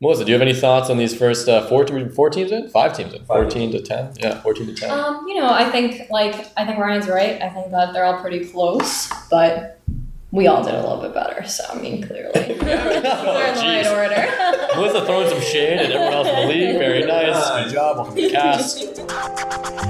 Melissa, do you have any thoughts on these first uh, four, four teams in? Five teams in? Five 14 to 10? Yeah, 14 to 10. Um, you know, I think like I think Ryan's right. I think that they're all pretty close, but we all did a little bit better. So I mean, clearly, we're in Jeez. the right order. Melissa throwing some shade at everyone else in the league. Very nice. Ah, good job on the Cast.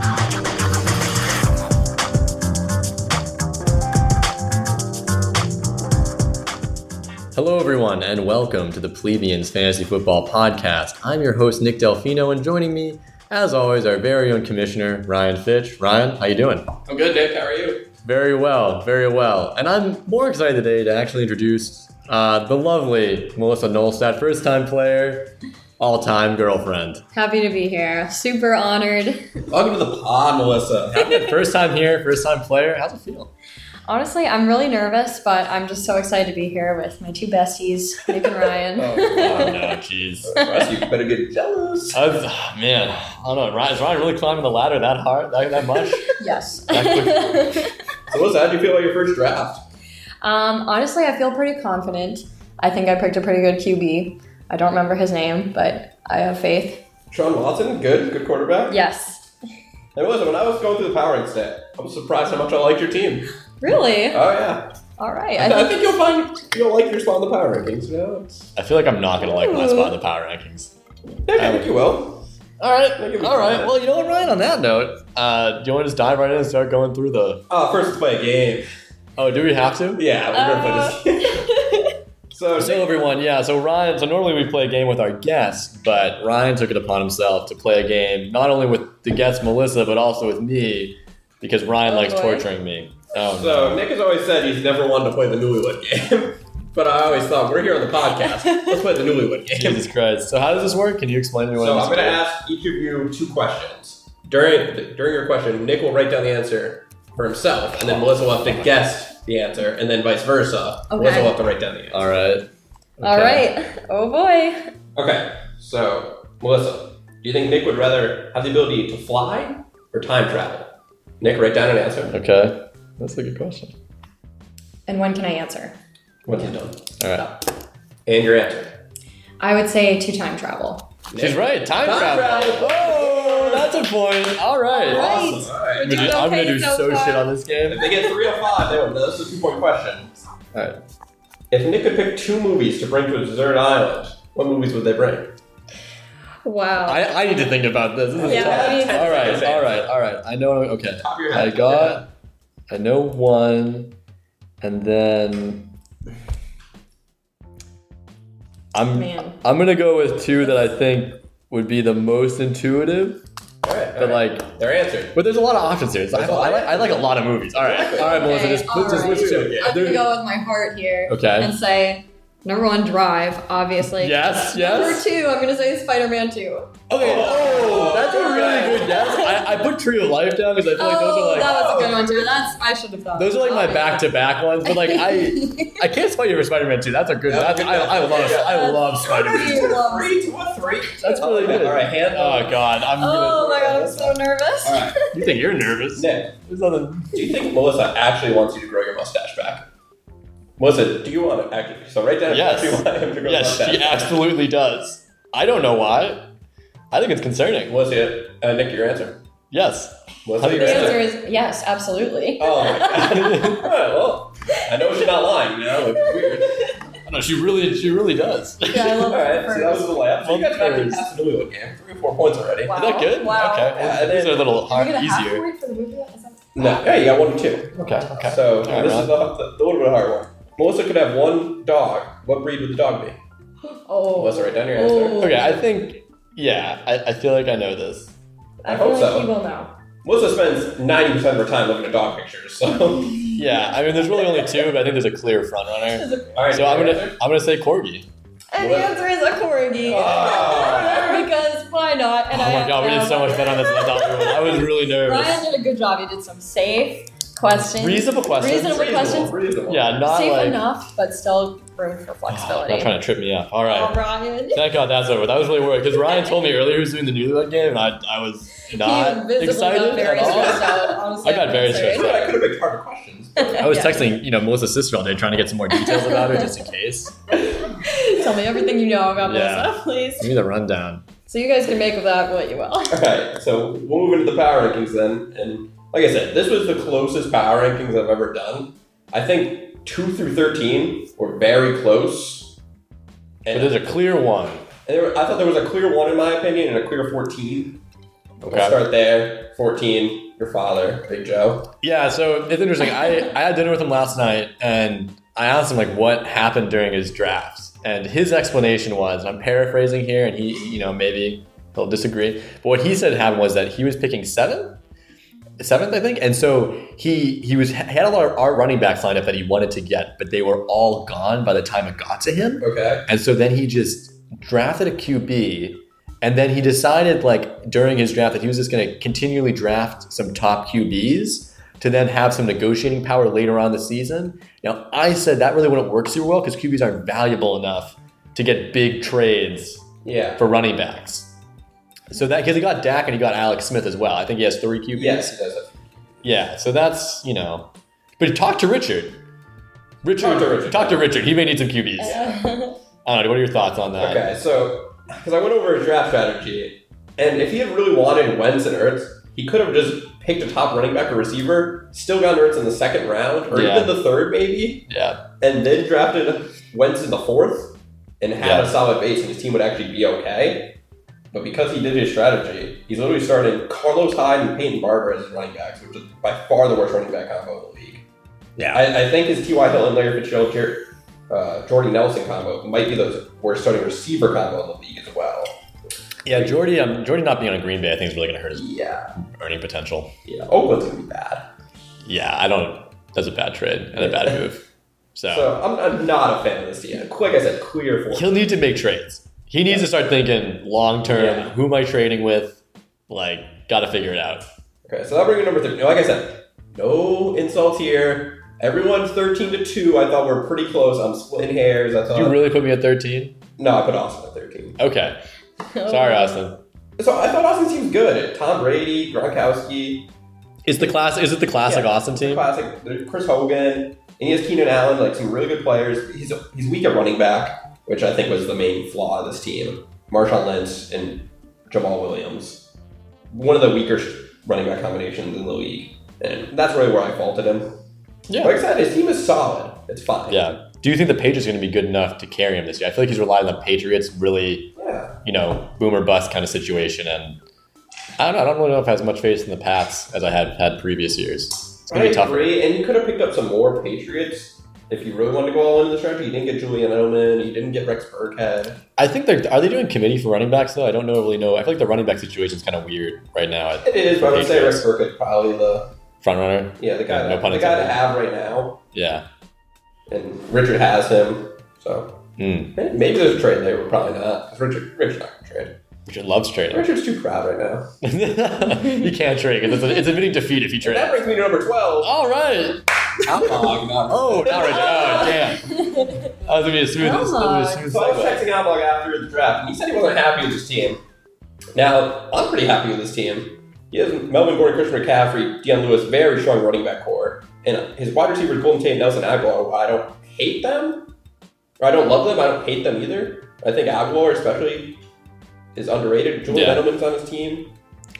Hello, everyone, and welcome to the Plebeians Fantasy Football Podcast. I'm your host, Nick Delfino, and joining me, as always, our very own commissioner, Ryan Fitch. Ryan, how you doing? I'm good, Nick. How are you? Very well, very well. And I'm more excited today to actually introduce uh, the lovely Melissa Nolstad, first-time player, all-time girlfriend. Happy to be here. Super honored. Welcome to the pod, Melissa. First time here, first time player. How's it feel? Honestly, I'm really nervous, but I'm just so excited to be here with my two besties, Nick and Ryan. Oh, wow, no, jeez. Russ, you better get jealous. I've, ah, man, I don't know. Ryan, is Ryan really climbing the ladder that hard, that, that much? Yes. That quick. So, Melissa, how would you feel about your first draft? um, honestly, I feel pretty confident. I think I picked a pretty good QB. I don't remember his name, but I have faith. Sean Watson, good, good quarterback. Yes. And Melissa, when I was going through the power ranks today, I was surprised how much I liked your team. Really? Oh yeah, All right. I, I think think you'll find you'll like your spot in the power rankings. You know, it's, I feel like I'm not going to like my spot in the power rankings. yeah, I think you will. All right. I'll give you All right. that. Well, you know what, Ryan? On that note, uh, do you want to just dive right in and start going through the. Uh, first, let's play a game. Oh, do we have to? Yeah, we're gonna play this. So, So everyone, yeah. So Ryan, so normally we play a game with our guests, but Ryan took it upon himself to play a game not only with the guest Melissa, but also with me, because Ryan Oh, likes boy. torturing me. Oh, no. so Nick has always said he's never wanted to play the Newlywed game, but I always thought we're here on the podcast. Let's play the Newlywed game. Jesus Christ! So how does this work? Can you explain to me? what So I'm this going to is? ask each of you two questions. During during your question, Nick will write down the answer for himself, and then Melissa will have to guess the answer, and then vice versa. Okay. Melissa will have to write down the answer. All right. All Okay. right. Oh boy. Okay, so Melissa, do you think Nick would rather have the ability to fly or time travel? Nick, write down an answer. Okay. That's a good question. And when can I answer? Once you're done. All right. And your answer. I would say two time travel. She's Nick. right. Time, Time travel. travel. Oh, that's a point. All right. All right. Awesome. All right. I'm gonna do- I'm gonna do Okay, so so, shit far. on this game. If they get three or five, they win. This is a two-point question. All right. If Nick could pick two movies to bring to a desert island, what movies would they bring? Wow. I, I need to think about this. This is Yeah, tough. I mean- All right, all right, all right. I know. Okay, Top of your I head. got. I know one, and then I'm. Man. I'm gonna go with two that I think would be the most intuitive, All right, all but right. like. They're answered. But there's a lot of options here. It's like, I, There's a lot. like, I like a lot of movies. All right, Exactly. all right, Melissa, Okay, just, all just right. list two. Yeah. I'm gonna There- go with my heart here Okay. and say number one, Drive, obviously. Yes, yes. Number two, I'm gonna say Spider Man Two. Okay, Oh, oh, that's a all right. really good guess. I, I put Tree of Life down because I feel like those are oh, like that was a good one too. That's I should have thought. Those are like my back to back ones, but like I, I can't spell you for Spider Man 2. That's a good. That's That's a good I, I love. I love Spider Man. Spider-Man. Three, two, or three. That's really good. All right, hand Oh God, I'm. gonna- Oh my god, I'm so nervous. All right. You think you're nervous? Nick, There's nothing. do you think Melissa actually wants you to grow your mustache back? Melissa, do you want to actually? So write down. if you Yes. actually want him to grow a Yes, mustache. she absolutely does. I don't know why. I think it's concerning. Melissa, uh, Nick, your answer. Yes. Melissa, your The answer answer. is yes, absolutely. Uh, Oh my god. All right, well, I know she's not lying. You know, which is weird. I know she really, she really does. Yeah, I All love right, so that was first. the last. So you guys got to First. pass the Newlywed game. Three or four points already. Wow. Is that good? Wow. Okay. Yeah, These are a little Are hard, we gonna have to easier. wait for the movie? yet? Is that- No, yeah, you got one and two. Okay. Oh. Okay. So Alright, this Ron. is the, the, the little bit hard one. Melissa could have one dog. What breed would the dog be? Oh, Melissa, write down your answer. Oh. Okay. I think. Yeah. I, I feel like I know this. I I feel hope like so. he will know. Melissa spends ninety percent of her time looking at dog pictures. So all Yeah. I mean, there's really only two, but I think there's a clear front runner. right. So I'm your gonna answer? I'm gonna say corgi. And What? the answer is a corgi. Oh. because why not? Oh And I my have god, we did them. so much better on this than I thought we would. I was really nervous. Ryan did a good job. He did some safe questions. Reasonable questions. Reasonable questions. Reasonable. Yeah, not safe like enough, but still room for Oh, flexibility. not trying to trip me up. All right. Oh, Ryan. Thank God that's over. That was really worried because Ryan told me earlier he was doing the newlywed game, and I, I was not he visibly excited got very at all. stressed out. Honestly, I got I'm very sorry. I stressed could have picked harder questions. I was Yeah. texting, you know, Melissa's sister all day trying to get some more details about her just in case. Tell me everything you know about Yeah. Melissa, please. Give me the rundown. So you guys can make of that what you will. Okay, so we'll move into the power rankings then. And like I said, this was the closest power rankings I've ever done. I think 2 through 13 were very close. But And, there's a clear one. and there were- I thought there was a clear 1 in my opinion and a clear 14. We'll Okay. start there. 14, your father, Big Joe. Yeah, so it's interesting. I, I had dinner with him last night and I asked him like what happened during his drafts. And his explanation was, and I'm paraphrasing here, and he, you know, maybe he'll disagree. But what he said happened was that he was picking seven, seventh, I think. And so he he was he had a lot of our running backs lined up that he wanted to get, but they were all gone by the time it got to him. Okay. And so then he just drafted a QB. And then he decided, like, during his draft, that he was just going to continually draft some top QBs to then have some negotiating power later on in the season. Now, I said that really wouldn't work super well because QBs aren't valuable enough to get big trades Yeah. for running backs. So that, because he got Dak and he got Alex Smith as well. I think he has three QBs. Yes, he does it. Yeah, so that's, you know. But talk to Richard. Richard, Talk to Richard. Talk to Richard. He may need some QBs. Uh, I don't know. What are your thoughts on that? Okay, so because I went over his draft strategy, and if he had really wanted Wentz and Ertz, he could have just picked a top running back or receiver, still gotten Ertz in the second round or Yeah. even the third maybe, Yeah. and then drafted Wentz in the fourth, and had Yeah. a solid base, and his team would actually be okay. But because he did his strategy, he's literally starting Carlos Hyde and Peyton Barber as his running backs, which is by far the worst running back combo in the league. Yeah. I, I think his T.Y. Hill and Larry Fitzgerald, Jer- uh, Jordy Nelson combo might be the worst starting receiver combo in the league as well. Yeah, Jordy, um, Jordy not being on Green Bay, I think is really going to hurt his Yeah. earning potential. Yeah. Oakland's going to be bad. Yeah, I don't. That's a bad trade and a bad move. So, So I'm, I'm not a fan of this team. Like I said, clear four. he'll need to make trades. He needs to start thinking long term. Yeah. Who am I trading with? Like, got to figure it out. Okay, so that brings you number three. Like I said, no insult here. Everyone's 13 to 2. I thought we are pretty close. I'm splitting hairs. I thought. You really put me at thirteen. no, I put Austin at 13. Okay, sorry, Austin. So I thought Austin seemed good. Tom Brady, Gronkowski, Is the class? Is it the classic Yeah. Austin team? classic there's Chris Hogan, and he has Keenan Allen, like some really good players. He's he's weak at running back, which I think was the main flaw of this team. Marshawn Lynch and Jamal Williams, one of the weaker sh- running back combinations in the league, and that's really where I faulted him. Yeah. Like I said, his team is solid. It's fine. Yeah. Do you think the Patriots are going to be good enough to carry him this year? I feel like he's relying on the Patriots really, Yeah. you know, boom or bust kind of situation, and I don't know. I don't really know if I have as much faith in the Pats as I had had previous years. It's I going to be tough. agree, and you could have picked up some more Patriots if you really wanted to go all into the strategy. You didn't get Julian Edelman. You didn't get Rex Burkhead. I think they're are they doing committee for running backs though? I don't know really know. I feel like the running back situation is kind of weird right now. It is, but I would say Rex Burkhead probably the Front runner, yeah the guy No pun the guy to intended. have right now. yeah. and Richard has him. So Mm. eh, maybe there's a trade there, but probably not. 'cause Richard, Richard's not gonna trade. Richard loves trading. Richard's too proud right now. you can't trade 'cause it's, a- it's admitting defeat if you And that trade. brings me to number twelve. All right. Outlaw, not- Oh, not Richard. Oh, damn. That was gonna be a smooth, that was gonna be a smooth So I was segue. texting Outlaw after the draft, and he said he wasn't happy with his team. Now I'm pretty happy with his team. He has Melvin Gordon, Christian McCaffrey, Deion Lewis, very strong running back core, and his wide receivers Golden Tate, Nelson Aguilar. I don't hate them, or I don't love them. I don't hate them either. I think Aguilar, especially, is underrated. Julian Yeah. Edelman's on his team,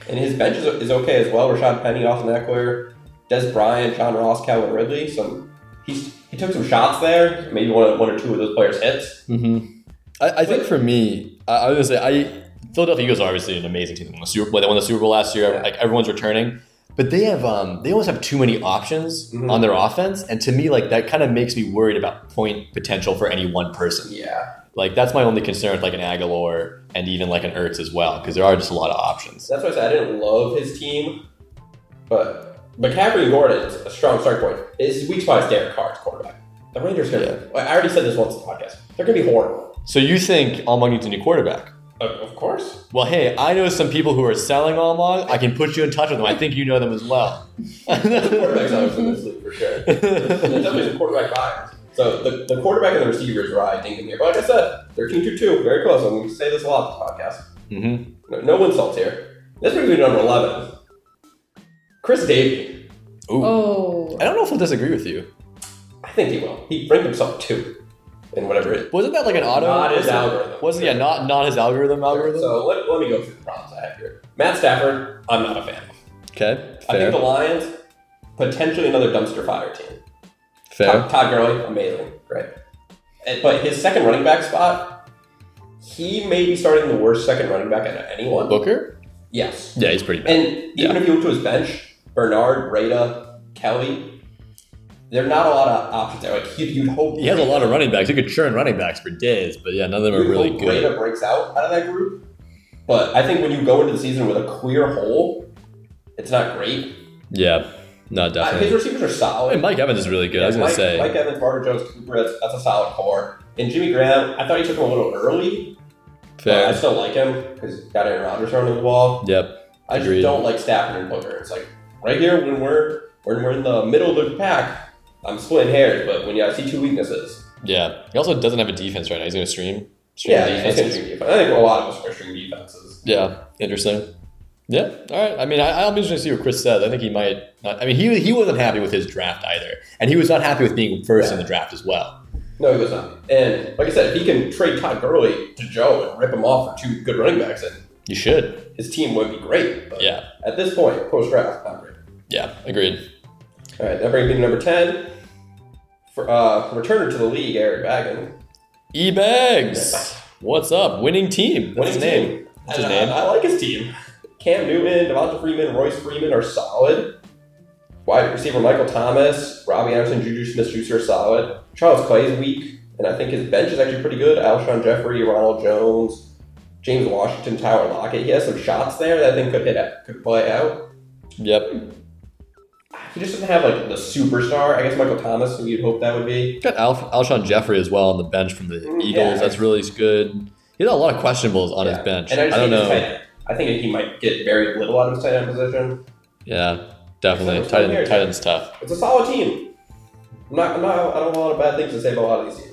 and his bench is, is okay as well. Rashad Penny, Austin Eckler, Des Bryant, John Ross, Calvin Ridley. Some he's, he took some shots there. Maybe one one or two of those players hits. Mm-hmm. I, I think for me, I, I was gonna say I Philadelphia Eagles are obviously an amazing team. They won the Super Bowl. They won the Super Bowl last year. Yeah. Like everyone's returning, but they have um, they almost have too many options Mhm. on their offense, and to me, like that kind of makes me worried about point potential for any one person. Yeah, Like that's my only concern with like an Aguilar and even like an Ertz as well, because there are just a lot of options. that's why I said I didn't love his team, but McCaffrey and Gordon is a strong starting point. His weak spot is Derek Carr's quarterback. The Rangers gonna. I already said this once in the podcast. They're gonna be horrible. So you think Almond needs a new quarterback? Of, of course. Well, hey, I know some people who are selling Almond. I can put you in touch with them. I think you know them as well. Quarterbacks always in this league for sure. There's always a quarterback buyers. So the, the quarterback and the receivers are I think in here. But like I said, 13 2 2, very close. I'm going to say this a lot on this podcast. hmm No, no insults here. This brings me to number 11. Chris Davey. Ooh. oh. I don't know if I'll disagree with you. I think he will. He ranked himself two. and whatever it Wasn't that like an auto? not his wasn't- algorithm. Wasn't yeah, not not his algorithm algorithm. So let, let me go through the problems I have here. Matt Stafford, I'm not a fan. of. okay, I think fair, the Lions, potentially another dumpster fire team. fair. Todd, Todd Gurley, amazing, great. And- but his second running back spot, he may be starting the worst second running back out of anyone. Booker? Yes. Yeah, he's pretty bad. And even Yeah. if you look to his bench, Bernard, Breda, Kelly, there are not a lot of options there. Like you, you'd hope He has a lot of running backs. He could churn running backs for days, but yeah, none of them are you'd really hope good. Breda breaks out out of that group. But I think when you go into the season with a clear hole, it's not great. Yeah, no, I- his definitely. receivers are solid. And Mike Evans is really good. I was gonna Mike, say Mike Evans, Barter Jones, Cooper, that's, that's a solid core. And Jimmy Graham, I thought he took him a little early. fair. But I still like him because he's got Aaron Rodgers running the ball. yep, I just Agreed. don't like Stafford and Booker. It's like right here when we're when we're in the middle of the pack, I'm splitting hairs. But when you I see two weaknesses, yeah. He also doesn't have a defense right now. He's gonna stream stream yeah, it's gonna defenses. be- I think a lot of us are string defenses. Yeah, interesting. Yeah, all right. I mean, I, I'll be interested to see what Chris says. I think he might. Not, I mean, he he wasn't happy with his draft either, and he was not happy with being first in the draft as well. No, he was not. And like I said, if he can trade Todd Gurley to Joe and rip him off for two good running backs, then You should. his team would be great. But Yeah, at this point, post draft, not great. yeah, agreed. All right, that brings me to number 10. For, uh, returner to the league, Eric Baggin. E bags. What's up? Winning team. What's Winning his name? team. What's his And uh, name? I, I like his team. Cam Newton, Devonta Freeman, Royce Freeman are solid. Wide receiver Michael Thomas, Robbie Anderson, Juju Smith-Schuster are solid. Charles Clay is weak, and I think his bench is actually pretty good. Alshon Jeffrey, Ronald Jones, James Washington, Tyler Lockett. He has some shots there that I think could hit out, could play out. Yep. He just doesn't have like the superstar. I guess Michael Thomas, who you'd hope that would be. Got Al- Alshon Jeffrey as well on the bench from the Mm, Eagles. yeah. That's really good. He had a lot of questionables on Yeah. his bench. And I, I, just don't think his know. tight end- I think he might get very little out of his tight end position. Yeah, Except definitely. for Tight Flair. end, tight end's tough. It's a solid team. I'm not, I'm not, I don't have a lot of bad things to say about a lot of these teams.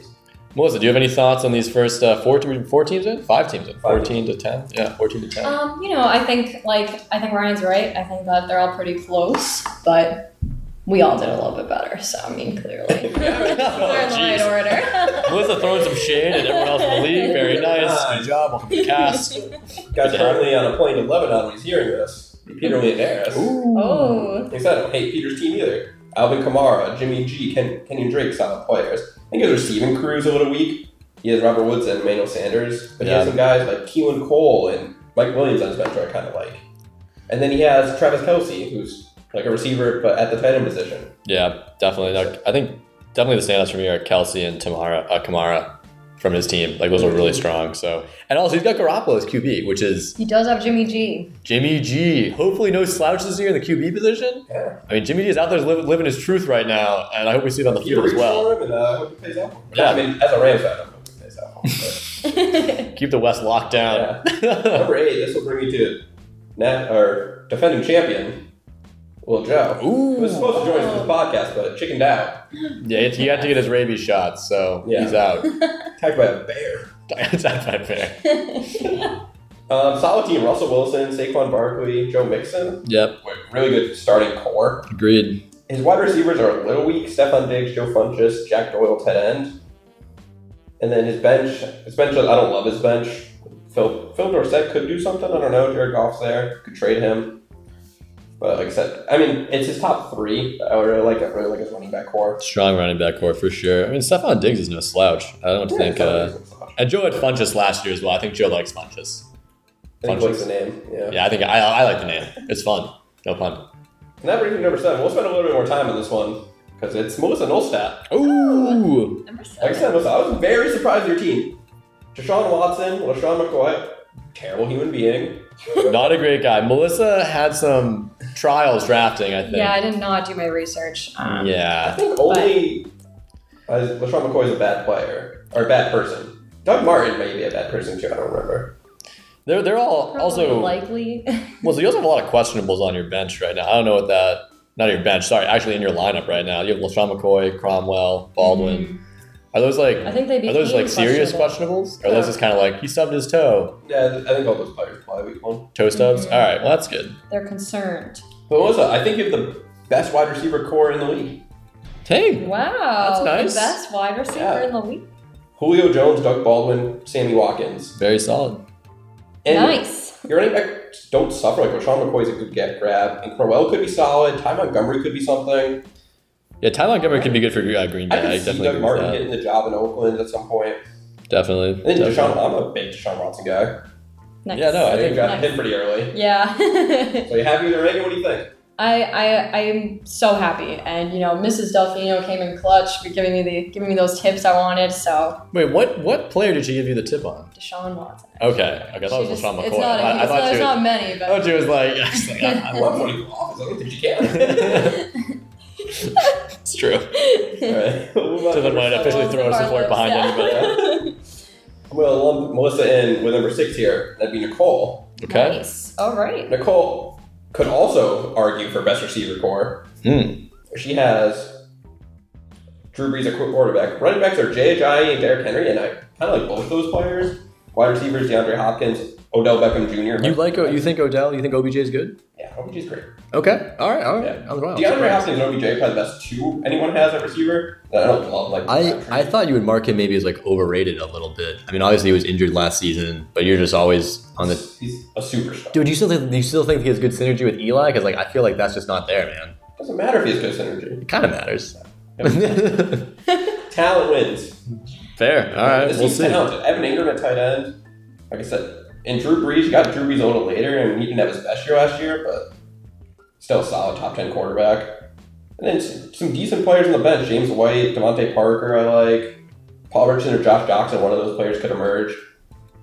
Melissa, do you have any thoughts on these first uh, four, te- four teams in? Five teams in? Five. 14 to 10? Yeah, 14 to 10. Um, you know, I think like I think Ryan's right. I think that they're all pretty close, but we all did a little bit better. So I mean, clearly, They're in the right Oh, jeez. order. Melissa throwing some shade at everyone else in the league. Very nice. Nice. Good job on the cast. Guys currently on a plane in Lebanon when he's hearing this. Peter Leonaris. Oh, Like I said, I don't hate Peter's team either. Alvin Kamara, Jimmy G, Ken, Kenyon Drake, solid players. I think his receiving crew is a little weak. He has Robert Woods and Manuel Sanders, but he Yeah. has some guys like Keelan Cole and Mike Williams on his bench who I kind of like. And then he has Travis Kelsey, who's like a receiver but at the tight end position. Yeah, definitely. Like, I think definitely the standouts for me are Kelsey and Tamara, uh, Kamara from his team. Like those are really strong. So, and also he's got Garoppolo as QB, which is he does have Jimmy G. Jimmy G. Hopefully, no slouch this year in the QB position. Yeah. I mean, Jimmy G is out there living, living his truth right now, and I hope we see it on the You field as root well. for him and uh, hope it pays off. Yeah. I mean, as a Rams fan, I hope it pays off. But, Keep the West locked down. yeah. Number eight, this will bring me to Nat, our defending champion, Will Joe. He was Ooh. supposed to join us for this podcast, but chickened out. Yeah, he had to get his rabies shot, so Yeah. he's out. Attacked by a bear. That's not fair. Um, solid team. Russell Wilson, Saquon Barkley, Joe Mixon. Yep, Wait, Really good starting core. agreed. His wide receivers are a little weak. Stephon Diggs, Joe Funchess, Jack Doyle, tight end. And then his bench. His bench, I don't love his bench. Phil, Phil Dorsett could do something. I don't know. Jared Goff's there. Could trade him. But like I said, I mean, it's his top three. I really like it. really like his running back core. Strong running back core for sure. I mean, Stephon Diggs is no slouch. I don't think. Uh, And Joe had Funchess last year as well. I think Joe likes Funchess. I think he likes Funchess. the name. Yeah. Yeah, I think I, I like the name. It's fun. No pun. And that brings me to number seven. We'll spend a little bit more time on this one because it's Melissa Nolstat. Ooh. Like I Number seven. said, listen, I was very surprised with your team. Deshaun Watson, LaShawn McCoy, terrible human being. Not a great guy. Melissa had some trials drafting, I think. Yeah, I did not do my research. Um, I Yeah. think only uh, LaShawn McCoy is a bad player or a bad person. Doug Martin may be a bad person too. I don't remember. They're, they're all probably also. likely. well, so you also have a lot of questionables on your bench right now. I don't know what that. Not on your bench, sorry. Actually, in your lineup right now, you have LaShawn McCoy, Cromwell, Baldwin. Are those like. Mm-hmm. I think they Are those became like serious questionable. questionables? Or are those just kind of like, he stubbed his toe? Yeah, I think all those players play week one. Toe stubs? Mhm. All right, well, that's good. They're concerned. But Melissa, I think you have the best wide receiver core in the league. Hey, Wow. That's nice. The best wide receiver Yeah. in the league. Julio Jones, Doug Baldwin, Sammy Watkins. Very solid. And nice. your running backs don't suffer. Like Rashawn McCoy's a good get grab, and Crowell could be solid. Ty Montgomery could be something. Yeah, Ty Montgomery could be good for uh, Green Bay. I I, could see definitely Doug agree with Martin that. getting the job in Oakland at some point. Definitely. And then definitely. Deshaun, I'm a big Deshaun Watson guy. Nice. Yeah, no, I I think think drafted nice. him pretty early. Yeah. So you happy with the ranking? What do you think? I, I I'm so happy, and you know, Mrs. Delfino came in clutch, for giving me the giving me those tips I wanted. So Wait, what what player did she give you the tip on? Deshaun Watson. Okay, okay, I thought She it was just- Sean McCoy. It's not, I, I it's thought not, she Oh, it's was, not many, I but thought she was like, I was like, ah, I, I I love love running for office. I don't think you can. It's true. All right. We'll move on Doesn't to want to officially throw support behind anybody. anybody. I'm gonna lump Melissa in with number six here. That'd be Nicole. Okay. Nice. All right. Nicole could also argue for best receiver core. Hmm. She has Drew Brees at quarterback. Running backs are Jay Ajayi and Derrick Henry, and I kind of like both those players. Wide receivers DeAndre Hopkins, Odell Beckham Jr. You like? uh, You think Odell? You think OBJ is good? Yeah, OBJ's great. Okay. All right. All right. Yeah. I was wrong. DeAndre Hopkins and OBJ are probably the best two anyone has at receiver. that I don't love like. I, I thought you would mark him maybe as like overrated a little bit. I mean, obviously he was injured last season, but you're just always on the he's a superstar. dude. You still think you still think he has good synergy with Eli? Because like I feel like that's just not there, man. Doesn't matter if he has good synergy. It kind of matters. Talent wins. Fair. All right. This We'll team's see. talented. Evan Ingram at tight end. Like I said, and Drew Brees you got Drew Brees a little later, and he didn't have his best year last year, but still a solid top ten quarterback. And then some, some decent players on the bench: James White, Devontae Parker. I like Paul Richardson or Josh Jackson. One of those players could emerge.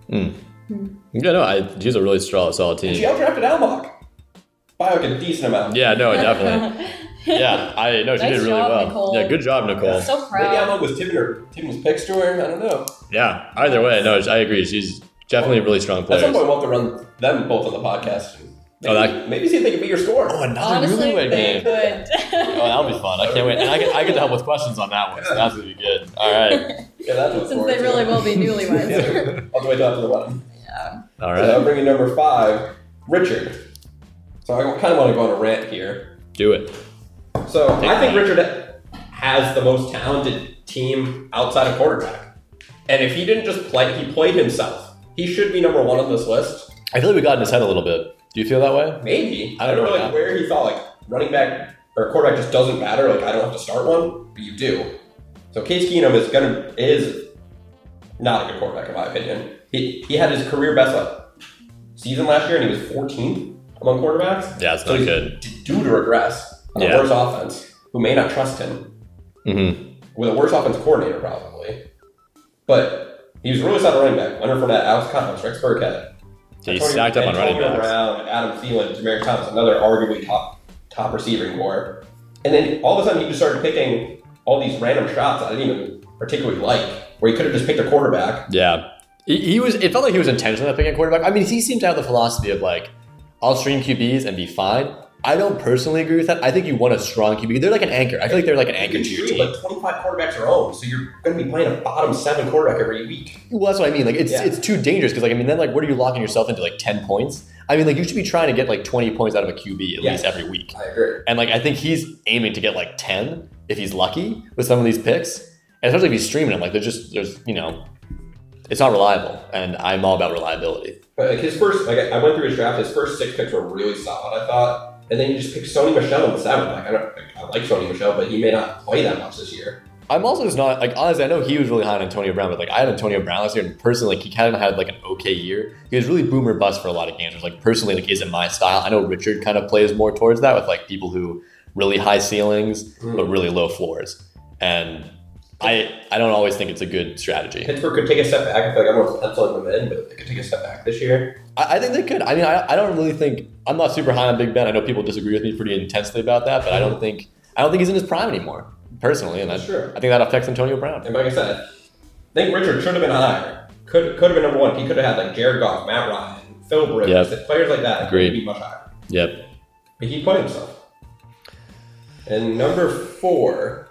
Yeah. No. I, he's a really strong, solid And she team. outdrafted Almock by like a decent amount. Yeah. No. Oh, Definitely. Yeah. I know she Nice did really job, well. Nicole. Yeah. Good job, Nicole. so Maybe proud. Almock was tipping her, tipping his picks to her. I don't know. Yeah. Either way, no. I agree. She's definitely a really strong At some player. point, we'll have to run them both on the podcast. Maybe, Oh, that- maybe see if they can beat your score. Oh, another Honestly, newlywed they game. would. Oh, that'll be fun. I can't wait. And I get, I get to help with questions on that one. So that's gonna be good. All right. yeah, that's what Since they really will be newlyweds. All the way down to the bottom. All So I'm right. bringing number five, Richard. So I kind of want to go on a rant here. Do it. So Take I think mine. Richard has the most talented team outside of quarterback. And if he didn't just play, he played himself. He should be number one on this list. I feel like we got in his head a little bit. Do you feel that way? Maybe. I I don't, don't know know like that. where he thought like running back or quarterback just doesn't matter. Like I don't have to start one, but you do. So Case Keenum is gonna is not a good quarterback in my opinion. He he had his career best like, season last year and he was 14th among quarterbacks. Yeah, it's So not he's good. d- due to regress on a Yeah. worse offense, who may not trust him Mm-hmm. with a worse offense coordinator probably. But he was really solid running back. Leonard Fournette, Alex Collins, Rex Burkhead. So he's Antonio- stacked up on running Antonio backs. Brown, Adam Thielen, Jameer Thomas, another arguably top top receiving core. And then all of a sudden you just started picking all these random shots I didn't even particularly like, where you could have just picked a quarterback. Yeah. He, he was. It felt like he was intentional at picking a quarterback. I mean, he seemed to have the philosophy of like, I'll stream QBs and be fine. I don't personally agree with that. I think you want a strong QB. They're like an anchor. I feel like they're like an anchor You to your dream, team. like 25 quarterbacks are owned, so you're going to be playing a bottom seven quarterback every week. Well, that's what I mean. Like, it's Yeah. it's too dangerous because, like, I mean, then like, what are you locking yourself into? Like, ten points. I mean, like, you should be trying to get like twenty points out of a QB at Yeah. least every week. I agree. And like I think he's aiming to get like 10 if he's lucky with some of these picks. And especially if he's streaming them, like they're just there's you know, it's not reliable. And I'm all about reliability. But like his first, like I went through his draft. His first six picks were really solid, I thought. And then you just picked Sony Michelle in the seventh. Like I don't, like, I like Sony Michelle, but he may not play that much this year. I'm also just not like honestly, I know he was really high on Antonio Brown, but like I had Antonio Brown last year and personally like he kind of had like an okay year. He was really boomer bust for a lot of games, which like personally like isn't my style. I know Richard kind of plays more towards that with like people who really high ceilings Hmm. but really low floors. And I I don't always think it's a good strategy. Pittsburgh could take a step back. I feel like everyone's penciling them in, but they could take a step back this year. I, I think they could. I mean, I, I don't really think I'm not super high on Big Ben. I know people disagree with me pretty intensely about that, but I don't think I don't think he's in his prime anymore personally, and I, Sure. I think that affects Antonio Brown. And like I said, I think Richard should have been higher. Could could have been number one. He could have had like Jared Goff, Matt Ryan, Phil Brooks, Yep. the players like that. Agreed. He'd be much higher. Yep. But he played himself. And number four,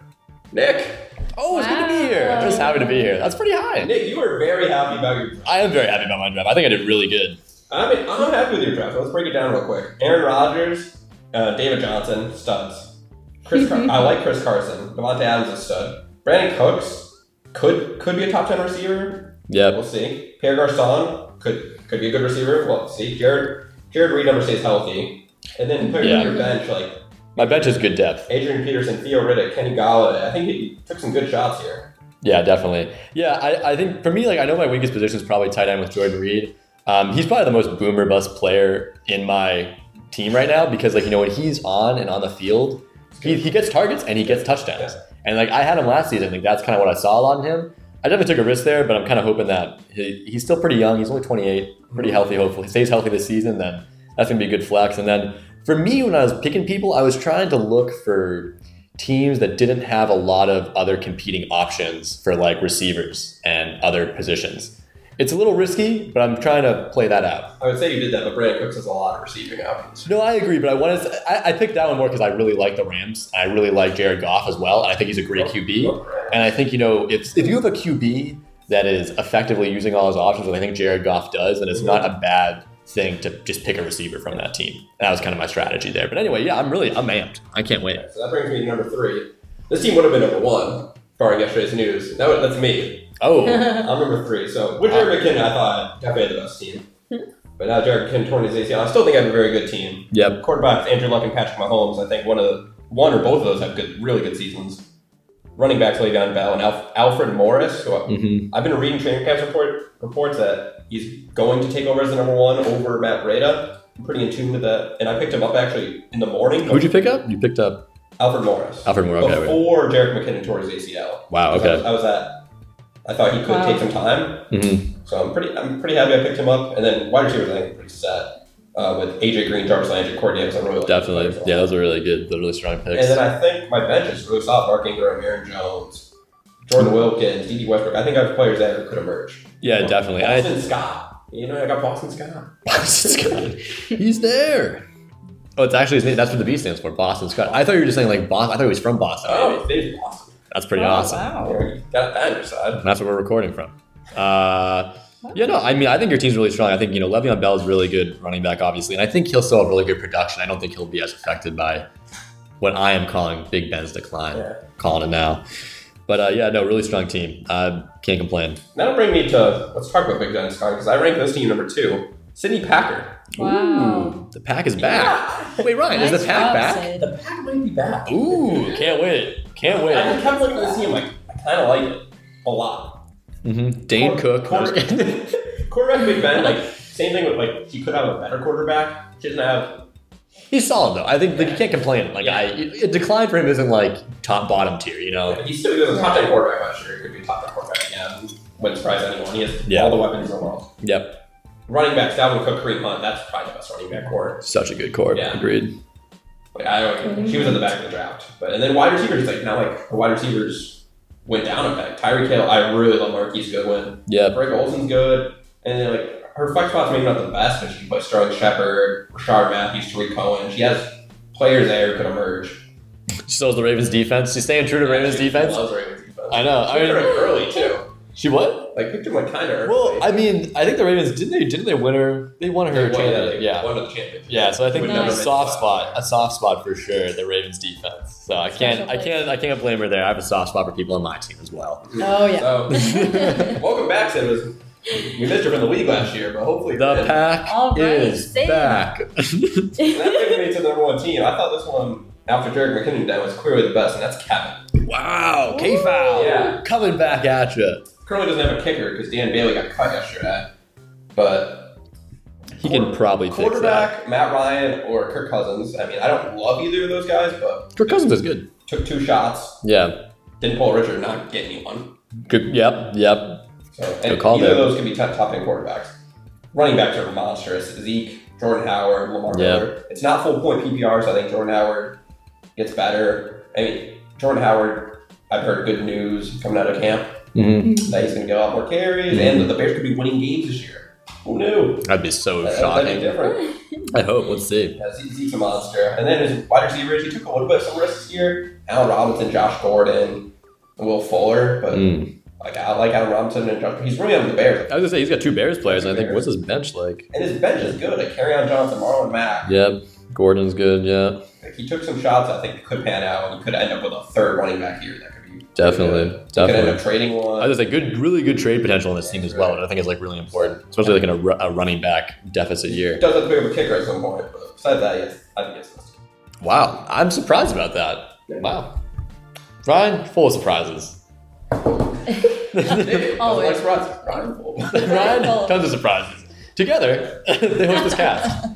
Nick. Oh, it's good to be here. I'm just happy to be here. That's pretty high. Nick, you were very happy about your. I am very happy about my draft. I think I did really good. I mean, I'm happy with your draft. Let's break it down real quick. Aaron Rodgers, uh, David Johnson, studs. Chris, Car- I like Chris Carson. Devontae Adams is a stud. Brandon Cooks, could could be a top ten receiver. Yep. We'll see. Pierre Garcon could could be a good receiver. Well, see, Jared Jared Reed never stays healthy, and then put Yeah. your bench like My bench is good depth. Adrian Peterson, Theo Riddick, Kenny Galladay. I think he took some good shots here. Yeah, definitely. Yeah, I, I think for me, like I know my weakest position is probably tight end with Jordan Reed. Um, he's probably the most boomer bust player in my team right now because like you know when he's on and on the field, he, he gets targets and he gets touchdowns. And like I had him last season, like that's kind of what I saw on him. I definitely took a risk there, but I'm kind of hoping that he, he's still pretty young. He's only 28, pretty healthy. Hopefully, he stays healthy this season. Then that's gonna be a good flex. And then for me, when I was picking people, I was trying to look for teams that didn't have a lot of other competing options for like receivers and other positions. It's a little risky, but I'm trying to play that out. I would say you did that, but Brandon Cooks has a lot of receiving options. No, I agree, but I wanted to, I, I picked that one more because I really like the Rams. I really like Jared Goff as well, and I think he's a great QB. And I think you know if if you have a QB that is effectively using all his options, and I think Jared Goff does, then it's not a bad thing to just pick a receiver from that team. That was kind of my strategy there. But anyway, yeah, I'm really I'm amped. I can't wait. So that brings me to number three. This team would have been number one, barring yesterday's news. That would, that's me. Oh, I'm number three. So with Jared McKinnon, I thought definitely the best team. But now Jared McKinnon torn his ACL. I still think I have a very good team. yep, Quarterbacks Andrew Luck and Patrick Mahomes. I think one of the, one or both of those have good, really good seasons. Running backs Le'Veon Bell and Alf, Alfred Morris. who I- hmm I've been reading training camps report, reports that he's going to take over as the number one over Matt Breda. I'm pretty in tune with that, and I picked him up actually in the morning. who'd you pick up? You picked up Alfred Morris. Alfred Moore. Okay, wait. before Jarek McKinnon tore his ACL. wow. So I was- Okay, I was at. I thought he could Wow. take some time, hmm so I'm pretty. I'm pretty happy I picked him up. And then wide receivers, I think, I'm pretty set uh, with AJ Green, Jarvis Landry, Corey Davis. I really like definitely. those guys. Yeah, those are really good. Those are really strong picks. And then I think my bench is really solid. Mark Ingram, Aaron Jones, Jordan Wilkins, D.D. Westbrook. I think I have players that could emerge. Yeah, definitely. I, Uh, Boston Scott. You know, I got Boston Scott. Boston Scott. He's there. Oh, it's actually his name. That's what the B stands for, Boston Scott. I thought you were just saying like Boston. I thought he was from Boston. maybe. Oh, there's Boston. That's pretty Oh, awesome. Wow. You got that on your side. And that's where we're recording from. Uh, yeah, no, I mean, I think your team's really strong. I think, you know, Le'Veon Bell is really good running back, obviously. And I think he'll still have really good production. I don't think he'll be as affected by what I am calling Big Ben's decline, Yeah. calling it now. But uh, yeah, no, really strong team. Uh, can't complain. That'll bring me to let's talk about Big Ben and Scott because I rank this team number two. Sydney Packer. Wow. The pack is back. Wait, Ryan, is Nice the pack job, back? Sid. The Packer might be back. Ah. Ooh, can't wait. Can't I wait. just kept looking at this team like I kind of like it a lot. hmm Dane Quar- Cook. quar- quarterback Big Ben, like same thing with like he could have a better quarterback. She doesn't have. He's solid though. I think like, you can't complain. Like I, a decline for him isn't like top bottom tier. You know. He's still he was a top ten quarterback last year. He could be a top ten quarterback again. Wouldn't surprise anyone. He has Yeah. all the weapons in the world. Yep. Running backs, Dalvin Cook, Kareem Hunt. That's probably the best running back core. Such a good core. Yeah. Agreed. Like I don't, she was at the back of the draft, but and then wide receivers like now like her wide receivers went down a peg. Tyreek Hill, I really love Marquise Goodwin. Yep. Greg Olson's good, and then like her flex spots maybe not the best, but she can play Sterling Shepard, Rashard Matthews, Tariq Cohen. She has players there who could emerge. She sells the Ravens defense. She's staying true to Ravens She defense. Loves Ravens defense. I know. I Picked her mean, up early too. she what? Like picked him like kind of early. Well, I mean, I think the Ravens didn't they didn't they win her? They won her They won that, championship. like, Yeah. One of the champions. Yeah, so I think Would that's never a make soft the spot, playoffs. a soft spot for sure, the Ravens defense. So I can't, I can't, I can't blame her there. I have a soft spot for people on my team as well. Oh yeah. So welcome back, Sid. It was- We missed her from the league last year, but hopefully The and- pack All right, is Sam. back. And that brings me to the number one team. I thought this one, after Jared McKinnon died, was clearly the best, and that's Kevin. wow, K foul Yeah. coming back at you. Currently doesn't have a kicker because Dan Bailey got cut yesterday. But He can probably fix that. quarterback, Matt Ryan or Kirk Cousins. I mean, I don't love either of those guys, but Kirk Cousins is good. took two shots, Yeah. didn't pull a Richard, not get anyone. Good. Yep. Yep. So, and Good call either there. of those can be top top ten quarterbacks. Running backs are monstrous. Zeke, Jordan Howard, Lamar Yeah. Miller. It's not full point PPR, so I think Jordan Howard gets better. I mean, Jordan Howard, I've heard good news coming out of camp. Mm-hmm. that he's going to get a lot more carries, and that the Bears could be winning games this year. Who knew? That'd be so That- That'd be shocking. different. I hope. Let's see. Yeah, Zeke- Zeke's a monster. And then his wide receivers, he took a little bit of some risks here. Allen Robinson, Josh Gordon, Will Fuller, but Mm. like I like Allen Robinson and Josh. He's really on the Bears, I was gonna say he's got two Bears players, and I think what's his bench like? and his bench is good. Like carry on Johnson, Marlon Mack. Yep. Gordon's good. Yeah. Like, he took some shots. I think that could pan out, and he could end up with a third running back here that could be Definitely, Could end up definitely. trading one. Uh, There's a good, really good trade potential in this team as well, and I think it's like really important, especially like in a, ru- a running back deficit year. does have to pick up a kicker at some point, but besides that, yes, I think it's listed. Wow, I'm surprised about that. Wow, Ryan, full of surprises. Maybe. Always. Like Surratt's rival. Ryan, Full. tons of surprises. Together, they host this cast.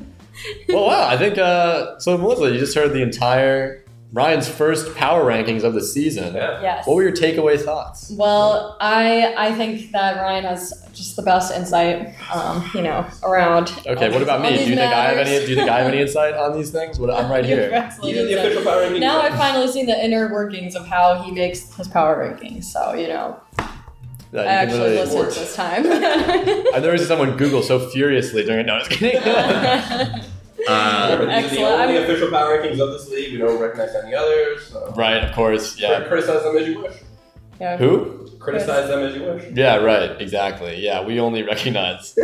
well, wow, I think uh, so. Melissa, you just heard the entire Ryan's first power rankings of the season. Yeah. Yes. What were your takeaway thoughts? Well, I I think that Ryan has just the best insight, um, you know, around. Okay, all what these- about all me? Do these you think I have any? matters. Do you think I have any insight on these things? What, I'm right You have here. excellent You're the insight. official power ranking. Now I've finally seen the inner workings of how he makes his power rankings. So you know, Yeah, Uh, you I can actually literally- listened watch. this time. I've never seen someone Google so furiously during. No, I'm just kidding. uh, Remember, these are the Excellent. only I'm- official power rankings of this league. We don't recognize any others. So. right, of course. Yeah. Criticize them as you wish. yeah. Who? Criticize them as you wish. Yeah. Right. Exactly. Yeah. We only recognize.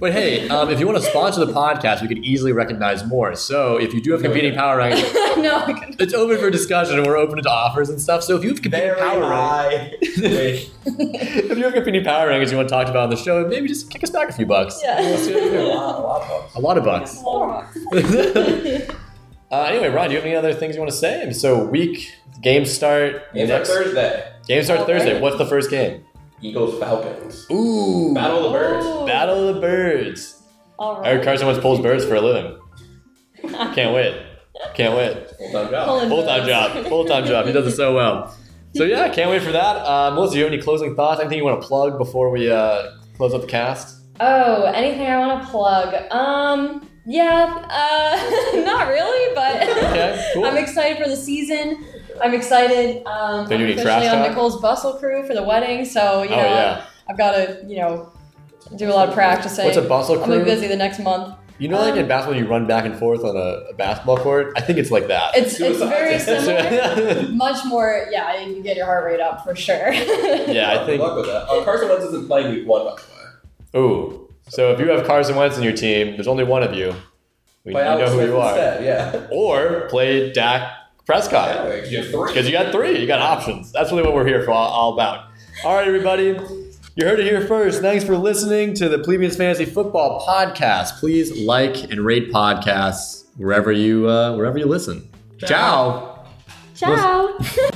But hey, um, if you want to sponsor the podcast, we could easily recognize more. So if you do have competing power rankings, no, I couldn't. it's open for discussion, and we're open to offers and stuff. So if you have competing Very power rankings. high. Wait, if you have competing power rankings you want to talk about on the show, maybe just kick us back a few bucks. Yeah. Let's see what we a do. lot, a lot of bucks. A lot of bucks. Uh, anyway, Ron, do you have any other things you want to say? I mean, so week game start Games on next Thursday. game starts Alright. Thursday. What's the first game? Eagles Falcons. Ooh, Battle of the Birds. Ooh. Battle of the Birds. Oh. All right. Eric Carson once pulls birds for a living. Can't wait. Can't wait. Full time job. Pulling Full time those. job. Full time job. He does it so well. So yeah, can't wait for that. Uh, Melissa, do you have any closing thoughts? Anything you want to plug before we uh, close up the cast? Oh, anything I want to plug? Um, yeah, uh, not really, but Okay, cool. I'm excited for the season. I'm excited. Um, They're I'm doing officially trash on talk? Nicole's bustle crew for the wedding, so you oh know yeah. I've got to you know do a lot of practicing. What's a bustle crew? I'm gonna be busy the next month. You know, like Um, in basketball, you run back and forth on a, a basketball court. I think it's like that. It's it's Suicide. very That's similar. Much more, yeah. You can get your heart rate up for yeah, sure. I Good think. luck with that. Uh, Carson Wentz isn't playing week one, by the way. Ooh. So if you have Carson Wentz in your team, there's only one of you. We you Play know Alex who Smith you are. instead, Yeah. Or play Dak Prescott Anyway, you have three. because you got three. You got options. That's really what we're here for, all, all about. All right, everybody. You heard it here first. Thanks for listening to the Plebeians Fantasy Football Podcast. Please like and rate podcasts wherever you uh, wherever you listen. Ciao. Ciao.